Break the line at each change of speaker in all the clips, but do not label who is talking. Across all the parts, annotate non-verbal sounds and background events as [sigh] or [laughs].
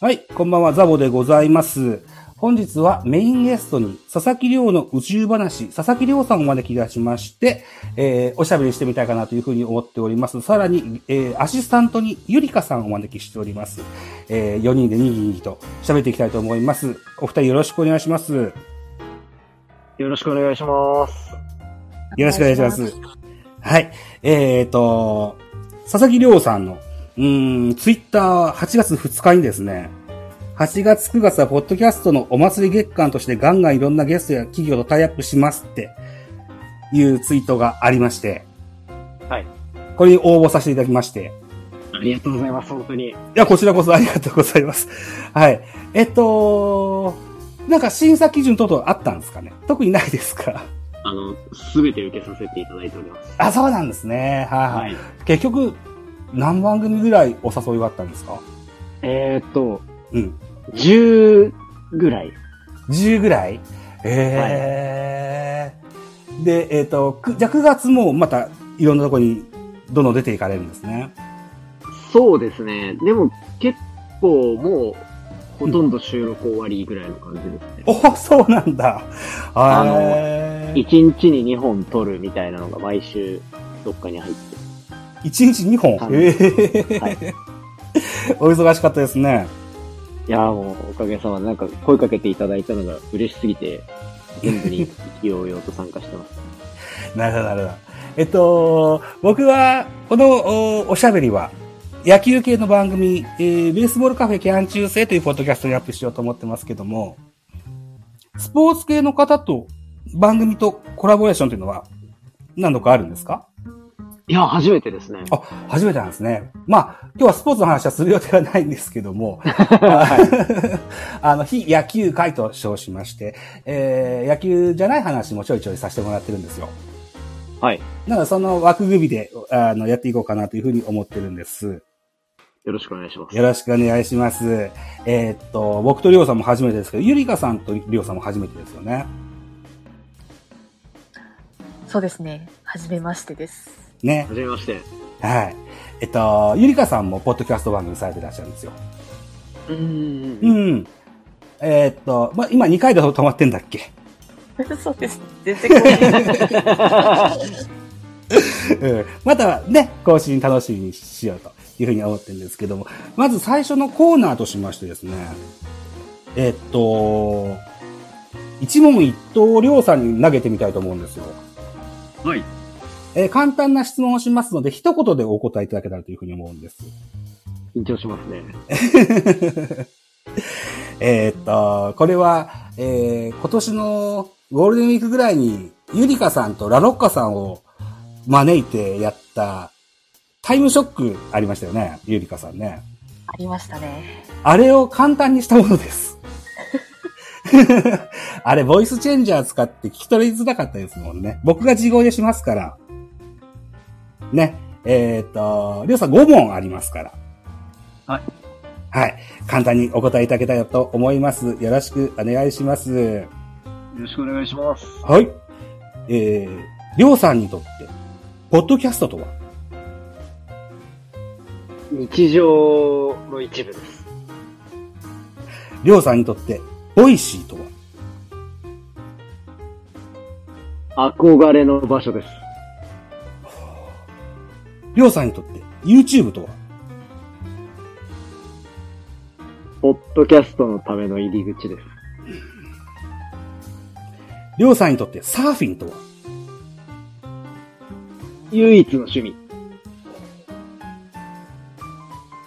はい、こんばんは、ザボでございます。本日はメインゲストに佐々木亮の宇宙話、佐々木亮さんをお招きいたしまして、えー、おしゃべりしてみたいかなというふうに思っております。さらに、えー、アシスタントにゆりかさんをお招きしております。えー、4人でにぎにぎと喋っていきたいと思います。お二人よろしくお願いします。
よろしくお願いします。
よろしくお願いします。はい。えっ、と、佐々木亮さんの、うーん、ツイッター8月2日にですね、8月9月はポッドキャストのお祭り月間としてガンガンいろんなゲストや企業とタイアップしますっていうツイートがありまして、
はい。
これに応募させていただきまして、
ありがとうございます、本当に。
いや、こちらこそありがとうございます。はい。えっと、なんか審査基準等々あったんですかね特にないですか
あの、すべて受けさせていただいております。
あ、そうなんですね。はい、はい。
い。
結局、何番組ぐらいお誘いがあったんですか
えーっと、
うん。
10ぐらい。
10ぐらいええーで、えっ、と、くじゃあ9月もまたいろんなとこにどんどん出ていかれるんですね。 [laughs]
そうですね。でも、結構もう、ほとんど収録終わりぐらいの感じですね。
おそうなんだ。
あの
えー
1日に2本撮るみたいなのが毎週、どっかに入って
一日2本
は。い
ええ
[laughs] はい。
お忙しかったですね。
いやーもう、おかげさまで、なんか声かけていただいたのが嬉しすぎて、全部に勢いよと参加してます。
なるほど、なるほど。えっと、僕は、このおおしゃべりは、野球系の番組、えーベースボールカフェキャン中世というポッドキャストにアップしようと思ってますけども、スポーツ系の方と番組とコラボレーションというのは何度かあるんですか
いや、初めてですね。
あ、初めてなんですね。まあ、今日はスポーツの話はする予定はないんですけども、 [laughs] あの、非野球会と称しまして、えー野球じゃない話もちょいちょいさせてもらってるんですよ。
はい。
なので、その枠組みで、あの、やっていこうかなというふうに思ってるんです。
よろしくお願いします。
よろしくお願いします。えーっと、僕とりょうさんも初めてですけど、ゆりかさんとりょうさんも初めてですよね。
そうですね。はじめましてです。
ね。
はじめまして。
はい。えっと、ゆりかさんもポッドキャスト番組されてらっしゃるんですよ。
うー。
うんん。えーっと、まあ、今2回で止まってんだっけ
[laughs] そうです。全然怖い。
うん。またね、更新楽しみにしようというふうに思ってるんですけども、まず最初のコーナーとしましてですね、えーっと、一問一答りょうさんに投げてみたいと思うんですよ。
はい。
えー簡単な質問をしますので、一言でお答えいただけたらというふうに思うんです。
緊張しますね。
えーっと、これは、えー今年のゴールデンウィークぐらいに、ゆりかさんとラロッカさんを招いてやった、タイムショックありましたよね、ゆりかさんね。
ありましたね。
あれを簡単にしたものです。 [laughs] あれ、ボイスチェンジャー使って聞き取りづらかったですもんね。僕が自業でしますから。ね。えーっ、と、りょうさん5問ありますから。
はい。
はい。簡単にお答えいただけたらと思います。よろしくお願いします。
よろしくお願いします。
はい。えー、りょうさんにとって、ポッドキャストとは
日常の一部です。
りょうさんにとって、ボイシーとは
憧れの場所です。
りょうさんにとって、YouTube とは
ポッドキャストのための入り口です。
りょうさんにとって、サーフィンとは
唯一の趣味。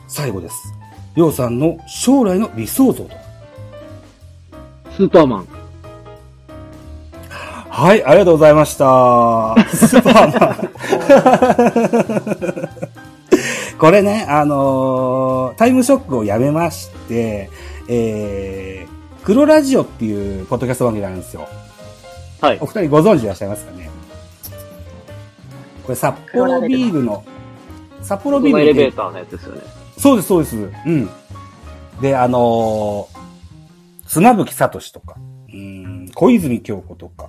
最後です。りょうさんの将来の理想像とは
スーパーマン。
はい、ありがとうございました。スーパーマン。これね、あのータイムショックをやめまして、えー、黒ラジオっていうポッドキャスト番組があるんですよ。
はい
お。二人ご存知でいらっしゃいますかねこれ札幌ビールの、札幌ビールの
エレベーターのやつですよね。
そうです、そうです。うん。で、あのー、妻夫木聡とか、うん、小泉京子とか、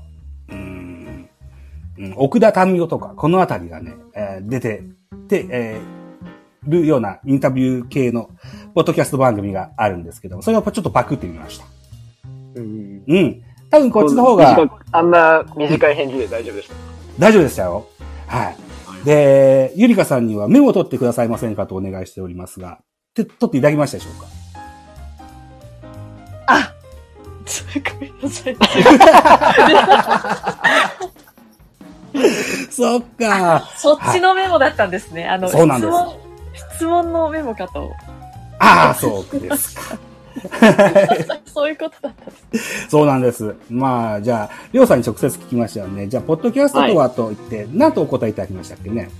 うん、うん奥田民生とか、このあたりがね、えー出て、て、えーるようなインタビュー系のポッドキャスト番組があるんですけども、それをちょっとパクってみました。
うん。
うん。多分こっちの方が
短く。あんな短い返事で大丈夫でした。
大丈夫でしたよ。はい。で、ゆりかさんにはメモを取ってくださいませんかとお願いしておりますが、て取っていただきましたでしょうか
あごめんなさい。
そっか。
そっちのメモだったんですね。あの、
そうなんです
質問、質問のメモか
[laughs]
と。
ああ、そうですか。
そういうことだったんです。
そうなんです。まあ、じゃあ、りょうさんに直接聞きましたよね。じゃあ、ポッドキャストとはと言って、なんとお答えいただきましたっけね。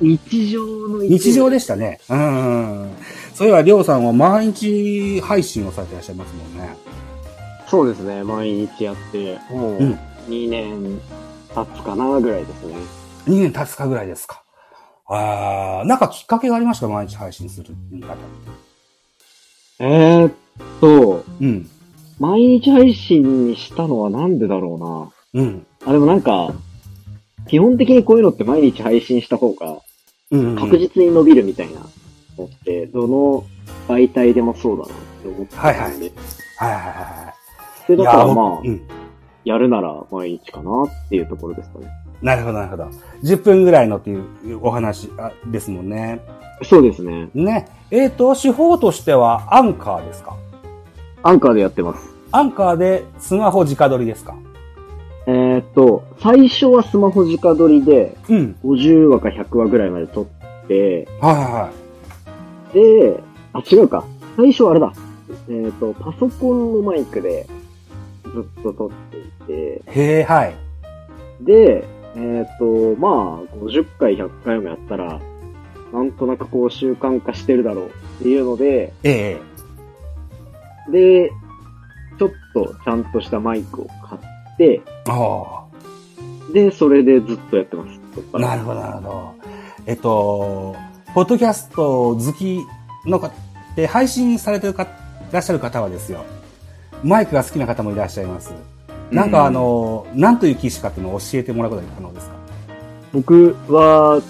日常の
日常
で。
でしたね。うん。そういえば、りょうさんは毎日配信をされていらっしゃいますもんね。
そうですね。毎日やって、もう
うん
2年経つかなぐらいですね。
2年経つかぐらいですか。ああ、なんかきっかけがありました毎日配信する言い方。
えーっと、
うん。
毎日配信にしたのはなんでだろ
うん。
うな。あ、でもなんか、基本的にこういうのって毎日配信した方が
うん、うん。
確実に伸びるみたいなのって、どの媒体でもそうだなって思ってたんで。
はいはいはいは
それ
い。
だからまあ
う、ん。
やるなら毎日かなっていうところですかね。
なるほどなるほど。10分ぐらいのっていうお話あですもんね。
そうですね。
ね。えっ、と、手法としてはアンカーですか
アンカーでやってます。
アンカーでスマホ直撮りですか
えーっと、最初はスマホ直撮りで、
うん。
50話か100話ぐらいまで撮って、
はいはいはい。
で、あ、違うか。最初はあれだ。えーっと、パソコンのマイクでずっと撮っていて、
へえ、はい。
で、えっ、と、まあ、50回、100回もやったら、なんとなくこう習慣化してるだろうっていうので、
ええ。
で、ちょっとちゃんとしたマイクを買って、
あ
で、それでずっとやってます。そっか
あ。
ら
なるほど、なるほど。えっと、ポッドキャスト好きの方、で、配信されてるか、いらっしゃる方はですよ。マイクが好きな方もいらっしゃいます。なんかあ、の、なんという機種かっていうのを教えてもらうことが可能ですか
僕は、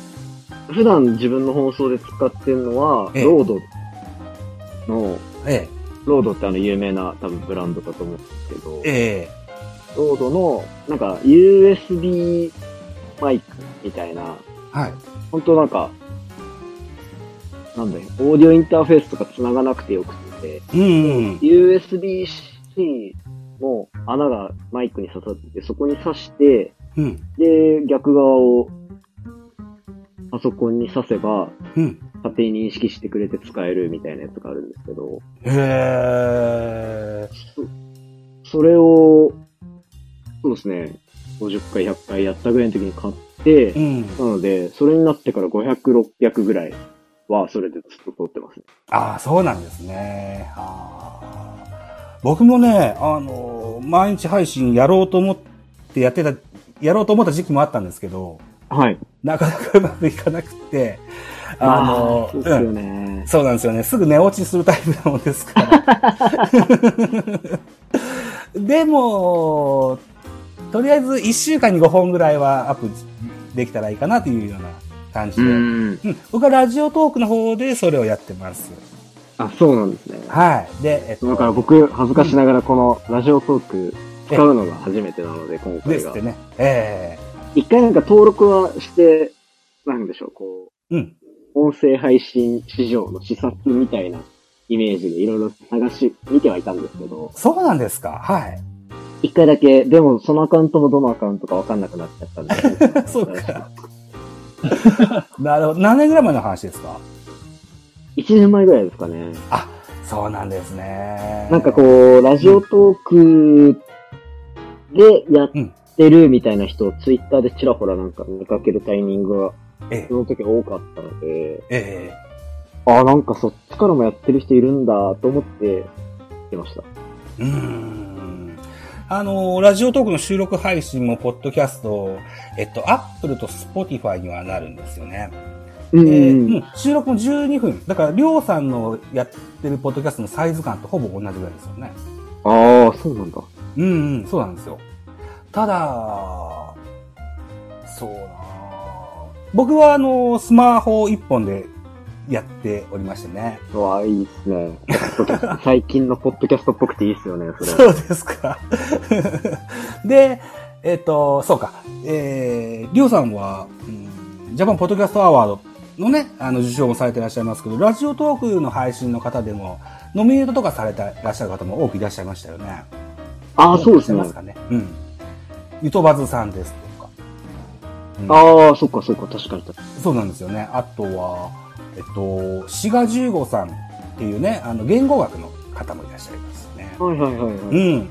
普段自分の放送で使ってるのは、
ええ
ロードの、
え
ロードってあの有名な多分ブランドだと思うんですけど、
え。ええ。
ロードの、なんか USB マイクみたいな、
はい。
本当なんか、なんだよ、オーディオインターフェースとか繋がなくてよくて、
うん。
USB-C の穴がマイクに刺さってて、そこに刺して、
うん。
で、逆側をパソコンに刺せば、
うん。
勝手に認識してくれて使えるみたいなやつがあるんですけど、
へえ。
それを、そうですね、50回、100回やったぐらいの時に買って
う、ん。
なので、それになってから500、600ぐらいは、それでずっと撮ってますね。
ああ、そうなんですね。ああ僕もね、あの、毎日配信やろうと思ってやってた、やろうと思った時期もあったんですけど、
はい。
なかなかうまくいかなくて、あの、
そうですよ
うん
ね。
そうなんですよね。すぐ寝落ちするタイプなもんですから。
[laughs]
でも、とりあえず1週間に5本ぐらいはアップできたらいいかなというような感じで。
うん。
うん、僕はラジオトークの方でそれをやってます。
あ、そうなんですね。
はい。で、えっと、
だから僕、恥ずかしながらこのラジオトーク使うのが初めてなので、今
で
回
すっ
が
て。ね。え
一回なんか登録はして、なんでしょう、こ
えうん。
う、音声配信市場の視察みたいなイメージでいろいろ探し、見てはいたんですけど、
そうなんですか。はい。。
一回だけ、でもそのアカウントもどのアカウントかわかんなくなっちゃったん
[laughs]
で
そうか。なるほど。何年ぐらい前の話ですか
一年前ぐらいですかね。
そうなんですね。
なんかこう、ラジオトークでやってるみたいな人をツイッターでちらほらなんか見かけるタイミングが、
ええ
その時多かったので、
ええ
ああ、なんかそっちからもやってる人いるんだと思って、来ました。
うーん。あの、ラジオトークの収録配信も、ポッドキャスト、えっと、アップルとスポティファイにはなるんですよね。
う。
でうんん収録も12分。だから、りょうさんのやってるポッドキャストのサイズ感とほぼ同じぐらいですよね。
ああ、そうなんだ。
うんうん、そうなんですよ。ただ、そうなあ僕はあの、スマホ一本でやっておりましてね。
うわ、いいっすね。
[laughs]
最近のポッドキャストっぽくていいっすよね、それ。
そうですか。 [laughs] で、えっ、と、そうか。えー、りょうさんは、うんジャパンポッドキャストアワードのね、あの、受賞もされていらっしゃいますけど、ラジオトークの配信の方でも、ノミネートとかされていらっしゃる方も多くいらっしゃいましたよね。
ああ、そうです
い
ね
らっしゃいま。かね。うん。ゆとばずさんですとか。うん
ああ、そっかそっか、確かに。
そうなんですよね。あとは、えっと、志賀十五さんっていうね、あの、言語学の方もいらっしゃいますね。
はいはいはいは
う
い。
ん。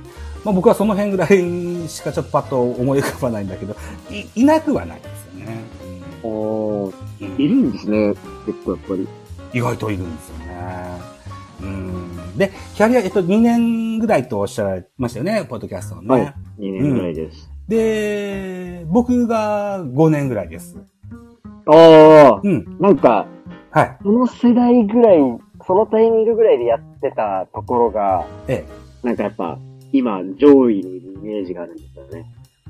まあ、僕はその辺ぐらいしかちょっとパッと思い浮かばないんだけど、いいなくはないですよね。
あー
うん
いるんですね、結構やっぱり。
意外といるんですよね。うん。で、キャリア、えっと、2年ぐらいとおっしゃられましたよね、ポッドキャストのね。
はい2年ぐらいです。
で、僕が5年ぐらいです。
ああ、
うん。
なんか、
はい。
その世代ぐらい、そのタイミングぐらいでやってたところが、
え
なんかやっぱ、今、上位にいるイメージがあるんですよね。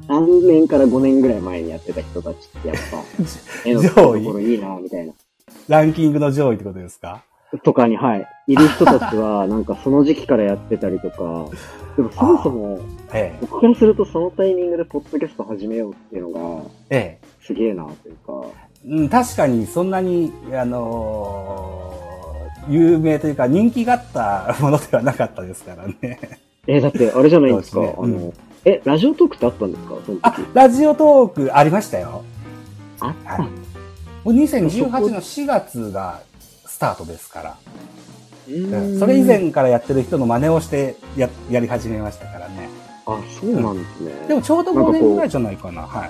3年から5年ぐらい前にやってた人たちってやっ
[laughs]
ぱ、絵のところいいな、みたいな。
え、ランキングの上位ってことですか
とかに、はい。いる人たち [laughs] は、なんかその時期からやってたりとか、でもそもそも、
ええ、
僕からするとそのタイミングでポッドキャスト始めようっていうのが、
ええ。
すげえな、というか。
うん、確かにそんなに、あのー有名というか人気があったものではなかったですから [laughs] ね。
えーだって、あれじゃないですか、
そうですね
あの、
うん
え、ラジオトークってあったんですかその
あ
時。、
ラジオトークありましたよ。
あっ
はい。もう2018の4月がスタートですから。
う
うん
ーん
それ以。前からやってる人の真似をしてややり始めましたからね。
あ、そうなんですね。
でもちょうど
な
5
んかこう
年ぐらいじゃないかな。はい。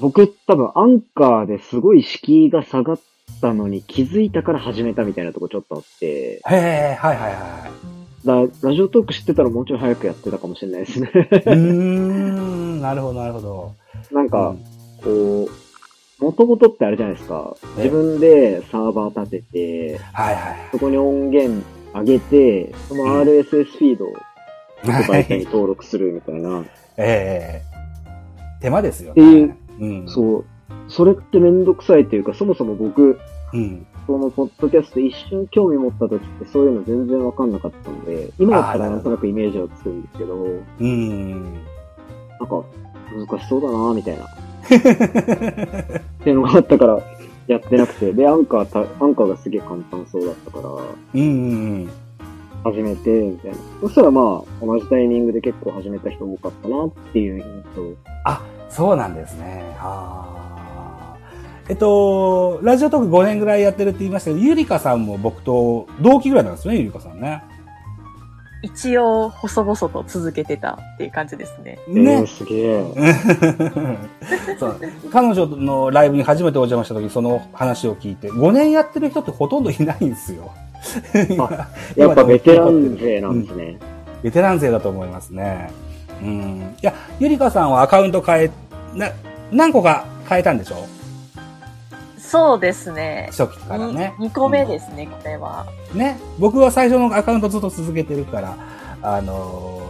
僕多分アンカーですごい敷居が下がったのに気づいたから始めたみたいなとこちょっとあって、
へえ、はいはいは
だラジオトーク知ってたらもうちょい早くやってたかもしれないですね。
い。うーん、なるほどなるほど。
なんか、
うん
こう、もともとってあれじゃないですか。
ええ
自分でサーバー立てて、
はいはい
そこに音源上げて、その RSS フィードを
は [laughs]
媒体に
い。
登録するみたいな。
ええ手間ですよ
え
ね
ー。
うん。
そう。それってめんどくさいっていうか、そもそも僕、
うん。
このポッドキャスト一瞬興味持った時ってそういうの全然わかんなかったので、今だったらなんとなくイメージはつくんですけど、なん
うん。 [laughs]
か難しそうだなみたいな。っていうのがあったから、やってなくて。で、アンカーた、アンカーがすげえ簡単そうだったから、
うんうんうん。
始めて、みたいな。そしたらまあ、同じタイミングで結構始めた人多かったなっていう印象。
あ、そうなんですね。はあ。えっと、ラジオトーク5年ぐらいやってるって言いましたけど、ゆりかさんも僕と同期ぐらいなんですね、ゆりかさんね。
一応、細々と続けてたっていう感じですね。
え
ね [laughs]
ー、。すげえ。
そう彼女のライブに初めてお邪魔した時、その話を聞いて、5年やってる人ってほとんどいないんですよ。 [laughs] 今
やっぱベテラン勢なんですね。
ベテラン勢だと思いますね。うん。いや、ゆりかさんはアカウント変え、な、何個か変えたんでしょ
そうですね。
初期からね。
2個目ですね、これは。
ね、僕は最初のアカウントずっと続けてるから、あの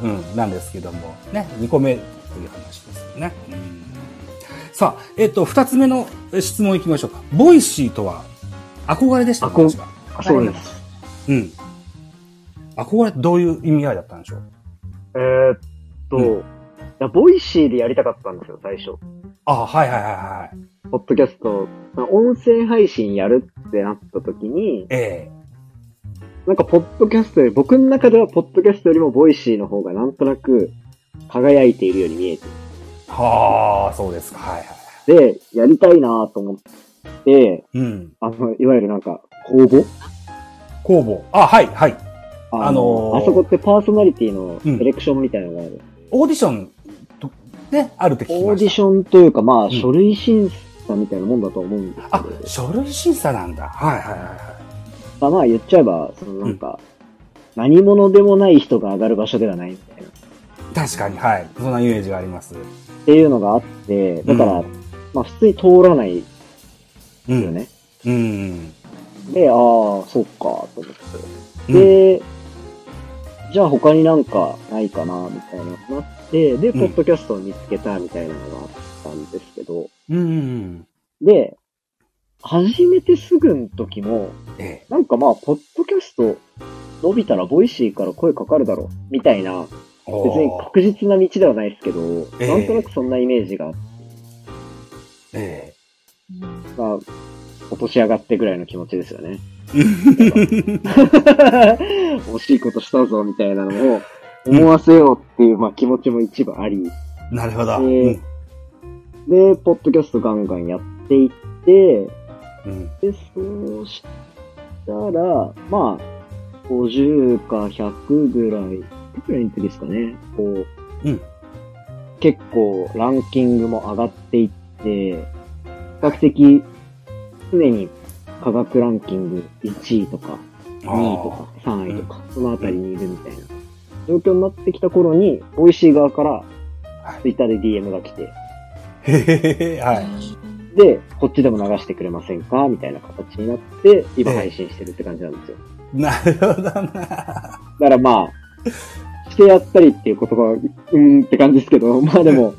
ーうん、なんですけども、ね、2個目という話ですよね。うん、さあ、えっと、2つ目の質問いきましょうか。ボイシーとは、憧れでしたか
憧れ
私は
あそうです。
うん。憧れってどういう意味合いだったんでしょう
えーっと、
うん
いや、ボイシーでやりたかったんですよ、最初。
あ、はいはいはいはい。
ポッドキャスト、音声配信やるってなった時に、
え
なんかポッドキャストより、僕の中ではポッドキャストよりもボイシーの方がなんとなく輝いているように見え
えはあ、そうですか。はいはい。
て、で、やりたいなと思って、
うん。
あの、いわゆるなんか、公募
工房。あ、はいはい。
あの、
あ
あ
のー
そこってパーソナリティの
うん
セレクションみたいなのがある。
オーディションと、ね、あるって聞きました。
オーディションというか、まあ、
ん
書類審査みたいなもんだと思うんですけ
あ
ど、、
書類審査なんだ。はいはいはいはい。
まあ、まあ言っちゃえば、そのなんか、何者でもない人が上がる場所ではないみたいな。
確かに、はい。そんなイメージがあります。
っていうのがあって、だから、
う
まあ普通に通らない
うん
よ。ね。
うん。
で、ああ、そっか、と思って。
うん
で、じゃあ他になんかないかな、みたいなのになって、で、
う
ポ
ん
ッドキャストを見つけた、みたいなのがあったんですけど、
うん。
で、始めてすぐの時も、
ええ。
なんかまあ、ポッドキャスト伸びたらボイシーから声かかるだろう、みたいな、
お
別に
ー
確実な道ではないですけど、
ええ
なんとなくそんなイメージが、
え
まあ、落とし上がってぐらいの気持ちですよ
[laughs]
ね。
え。
惜しいことしたぞ、みたいなのを思わせようっていう、まあ気持ちも一部あり、
なるほど。
ええで、ポッドキャストガンガンやっていって、
うんうん。
で、そうしたら、まあ、50か100ぐらい、ぐらいの時ですかね。こう、
うん
結構ランキングも上がっていって、比較的、常に科学ランキング1位とか、
あ
2位と
ー
か、3位とか、そのあたりにいるみたいな状況になってきた頃に、ボイシー側から
はい
ツイッターで DM が来て、
へへへへ。はい。
い。
で、こっちでも流してくれませんかみたいな形になって、今
ええ
配信してるって感じなんですよ。
なるほどな。
だからまあ、してやったりっていう言葉は、うーんって感じですけど、 [laughs] まあでも、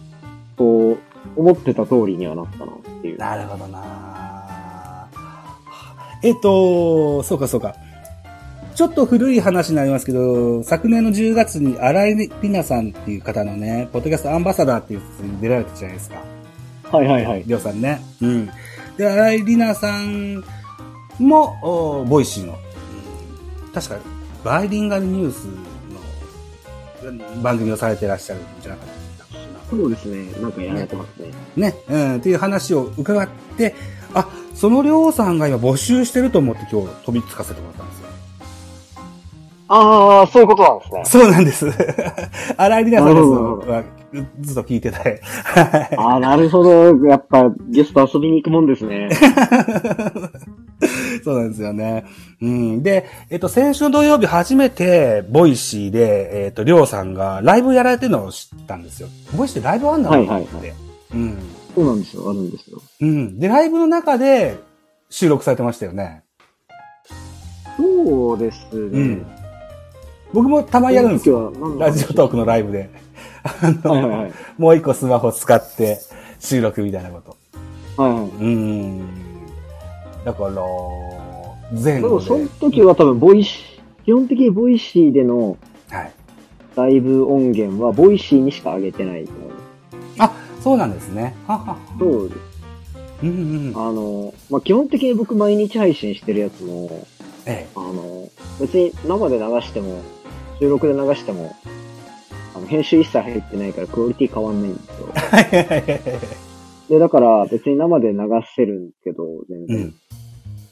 こう、思ってた通りにはなったなっていう。
なるほどな。えっと、そうかそうか。ちょっと古い話になりますけど、昨年の10月に荒井里奈さんっていう方のね、ポッドキャストアンバサダーっていうやつに出られたじゃないですか。
はいはいはい。
りょうさんね。うん。で、荒井里奈さんも、おボイシーの、うん確か、バイリンガルニュースの番組をされてらっしゃるんじゃなかったかな。
そうですね。なんかやられてますね。
ね、うん、っていう話を伺って、あ、そのりょうさんが今募集してると思って今日飛びつかせてもらったんですよ。
ああ、そういうことなんですね。
そうなんです。 [laughs] 荒井里奈さんですの
な
はずっと聞いて [laughs] たい。
[laughs]
はい
ああ、なるほど。やっぱ、ゲスト遊びに行くもんですね。
そうなんですよね。うん。で、えっと、先週の土曜日初めて、ボイシーで、えっと、りょうさんがライブやられてるのを知ったんですよ。ボイシーでライブあんだなと思って。
はいはい
うん。
そうなんですよ。あるんですよ。
うん。で、ライブの中で収録されてましたよね。
そうですね。
うん僕もたまにやるんですよ。
よ。
ラジオトークのライブで。あの、
はいはいはい。
もう一個スマホ使って収録みたいなこと。
はいはい。
うーん。だから、前
でも、
後
そ
で
の。時は多分、ボイシー、基本的にボイシーでの
はい。
ライブ音源は、ボイシーにしか上げてないと思う。
あ、そうなんですね。はは。
そうです。
うんうんうん。
あの、まあ、基本的に僕毎日配信してるやつも、
え
あの、別に生で流しても、収録で流しても、あの、編集一切入ってないからクオリティ変わんないんです
[laughs]
よ。
え。はい [laughs] はいはいはい。
で、だから別に生で流せるんですけど、全
う
然。
ん。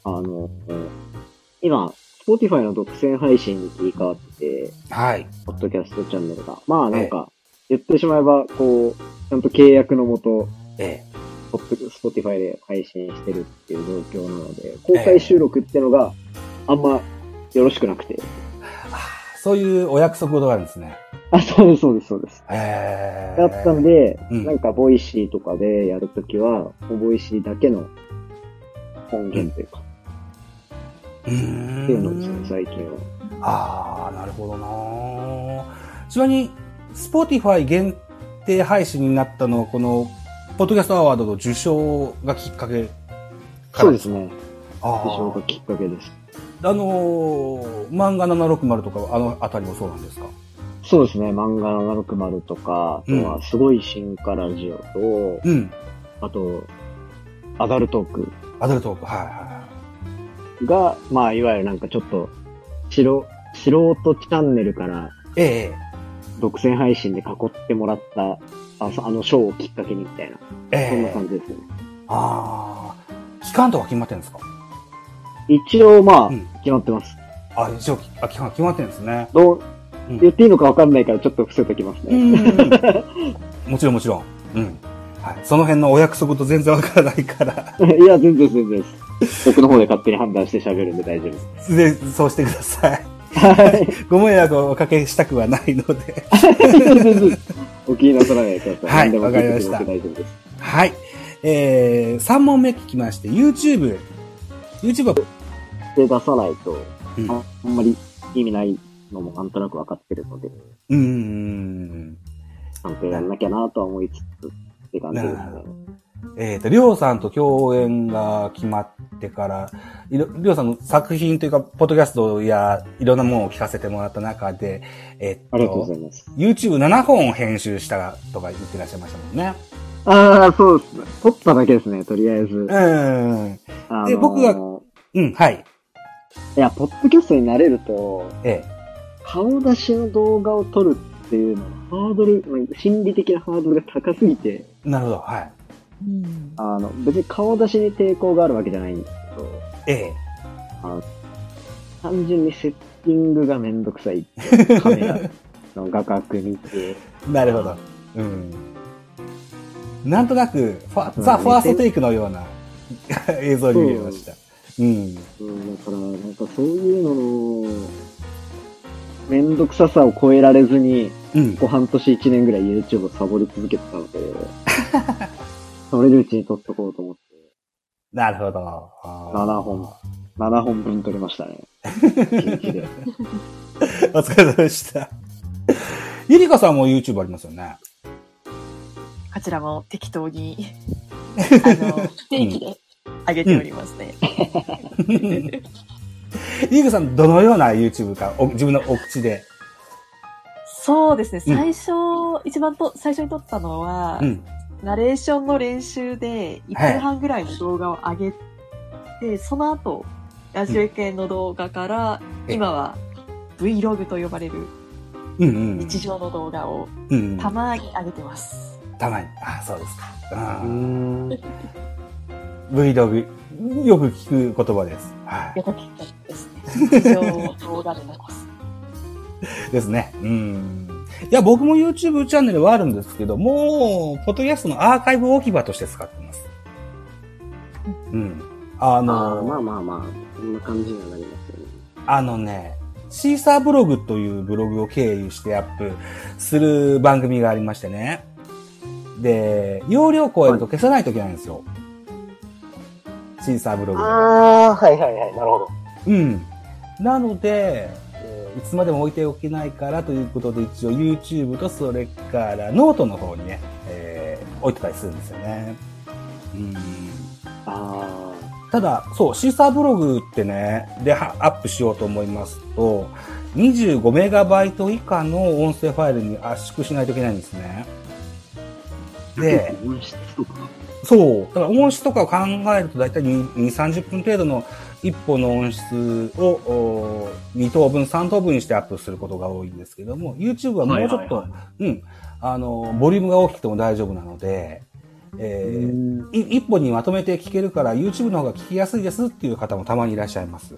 あの、今、Spotify の独占配信に切り替わって、
はい。
ポッドキャストチャンネルが。まあなんか、言ってしまえば、こう、ちゃんと契約のもと、
え
ポッドスポティファイで配信してるっていう状況なので、公開収録ってのがあんまよろしくなくて。
え。そういうお約束事があるんですね。
あ、そうです、そうです、そうです。
ええ。
だったん。で、
うん
なんかボイシーとかでやるときは、ボイシーだけの音源というか、
うーん。
っていうのですね、最近は。
ああ、なるほどな。ちなみに、Spotify 限定配信になったのは、この、ポッドキャストアワードの受賞がきっかけから
そうですね。
あ
受賞がきっかけです。
あ。あのー漫画760とか、あのあたりもそうなんですか
そうですね、漫画760とか、あ
うん
とはすごい進化ラジオと、
うん。
あと、アダルトーク
アダルトーク。はいは
が、まあ、いわゆるなんかちょっと、素人、素人チャンネルから
い。ええ、
独占配信で囲ってもらった、あそあの、ショーをきっかけにみたいな、
え
そんな
え。
感じですね。
ああ。期間とか決まってるんですか
一応、まあ、
うん
決まってます。
あ、一応、あ期間決まってるんですね。
どう
うん、
言っていいのかわかんないから、ちょっと伏せときます
う
ね。 [laughs]
ん。もちろんもちろん。うん。はい。その辺のお約束と全然わからないから。
[laughs] いや、全然全然です。僕の方で勝手に判断して喋るんで大丈夫
[laughs]
です。
で、そうしてください。
はい。
ご迷惑をおかけしたくはないので。
全然ですお気になさらないでください。
はい
何でも聞いて
わ
くだ
か
さ
り
い。大丈夫です。
はい。えー、3問目聞きまして、YouTube。YouTube は、
で、出さないと、
うん
ああんまり意味ないのもなんとなくわかってるので、
うーん。
ちゃんとやんなきゃなとは思いつつって感じですね
なる。えっ、と、りょうさんと共演が決まってから、いろりょうさんの作品というか、ポッドキャストやいろんなものを聞かせてもらった中で、えっ、
ありがとうご
と
ざ、います。
YouTube7 本編集したとか言ってらっしゃいましたもんね。
ああ、そうですね。撮っただけですね、とりあえず
う。ん。
あの
で
ー
僕がうん、はい。
いや、ポッドキャストになれると、
え
顔出しの動画を撮るっていうのは、ハードル、まあ心理的なハードルが高すぎて、
え。なるほど、はい。
うん。
あの、別に顔出しに抵抗があるわけじゃないんですけど、
ええ。
単純にセッティングがめんどくさいって。カメラの画角見て。
[laughs] なるほど。うん。なんとなく、ファ
うん
ザ・ファーストテイクのような [laughs] 映像に見えました。うん。
うん、だから、なんかそういうのの、めんどくささを超えられずに、
うん。
ここ半年1年ぐらい YouTube をサボり続けてたので、それるうちに撮っとこうと思って、
なるほど。あー
7本。7本分撮りましたね。1日 [laughs] で。
お疲れ様でした。ゆりかさんも YouTube ありますよね。
こちらも適当
[laughs]
に、あの、不定期で上げておりますね。
ゆりかさん、どのような YouTube か、お自分のお口で。
そうですね、
うん
最初、一番と、最初に撮ったのは、
うん。
ナレーションの練習で1分半ぐらいの動画を上げて、その後、ラジオ系の動画から、
え
今は Vlog と呼ばれる
うんうん。
日常の動画を
うんうん、
たまに上げてます。
たまに。あ、そうですか。うん。
ん。
Vlog。よく聞く言葉です。はい。
やっぱりですね。日常の動画で残す。
ですね。うん。いや、僕も YouTube チャンネルはあるんですけど、もう、ポッドキャストのアーカイブ置き場として使ってます。うん。あ
まあ
の、
まあまあまあ、こんな感じにはなりますよね。
あのね、シーサーブログというブログを経由してアップする番組がありましてね。で、容量超えると消さないといけないんですよ。シーサーブログで。
ああ、はいはいはい、なるほど。
うん。なので、えーいつまでも置いておけないからということで、一応 YouTube とそれからノートの方にね、えー置いてたりするんですよね。うん。
あ
ただ、そう、シーサーブログってね、で、はアップしようと思いますと、25メガバイト以下の音声ファイルに圧縮しないといけないんですね。
あ。
で、
音質とか。
そう。だから音質とかを考えると、だいたい2、30分程度の1本の音質をお2等分、3等分にしてアップすることが多いんですけども、YouTube はもうちょっと、
はいはい
うん、あの、ボリュームが大きくても大丈夫なので、えーい一本にまとめて聞けるから YouTube の方が聞きやすいですっていう方もたまにいらっしゃいます。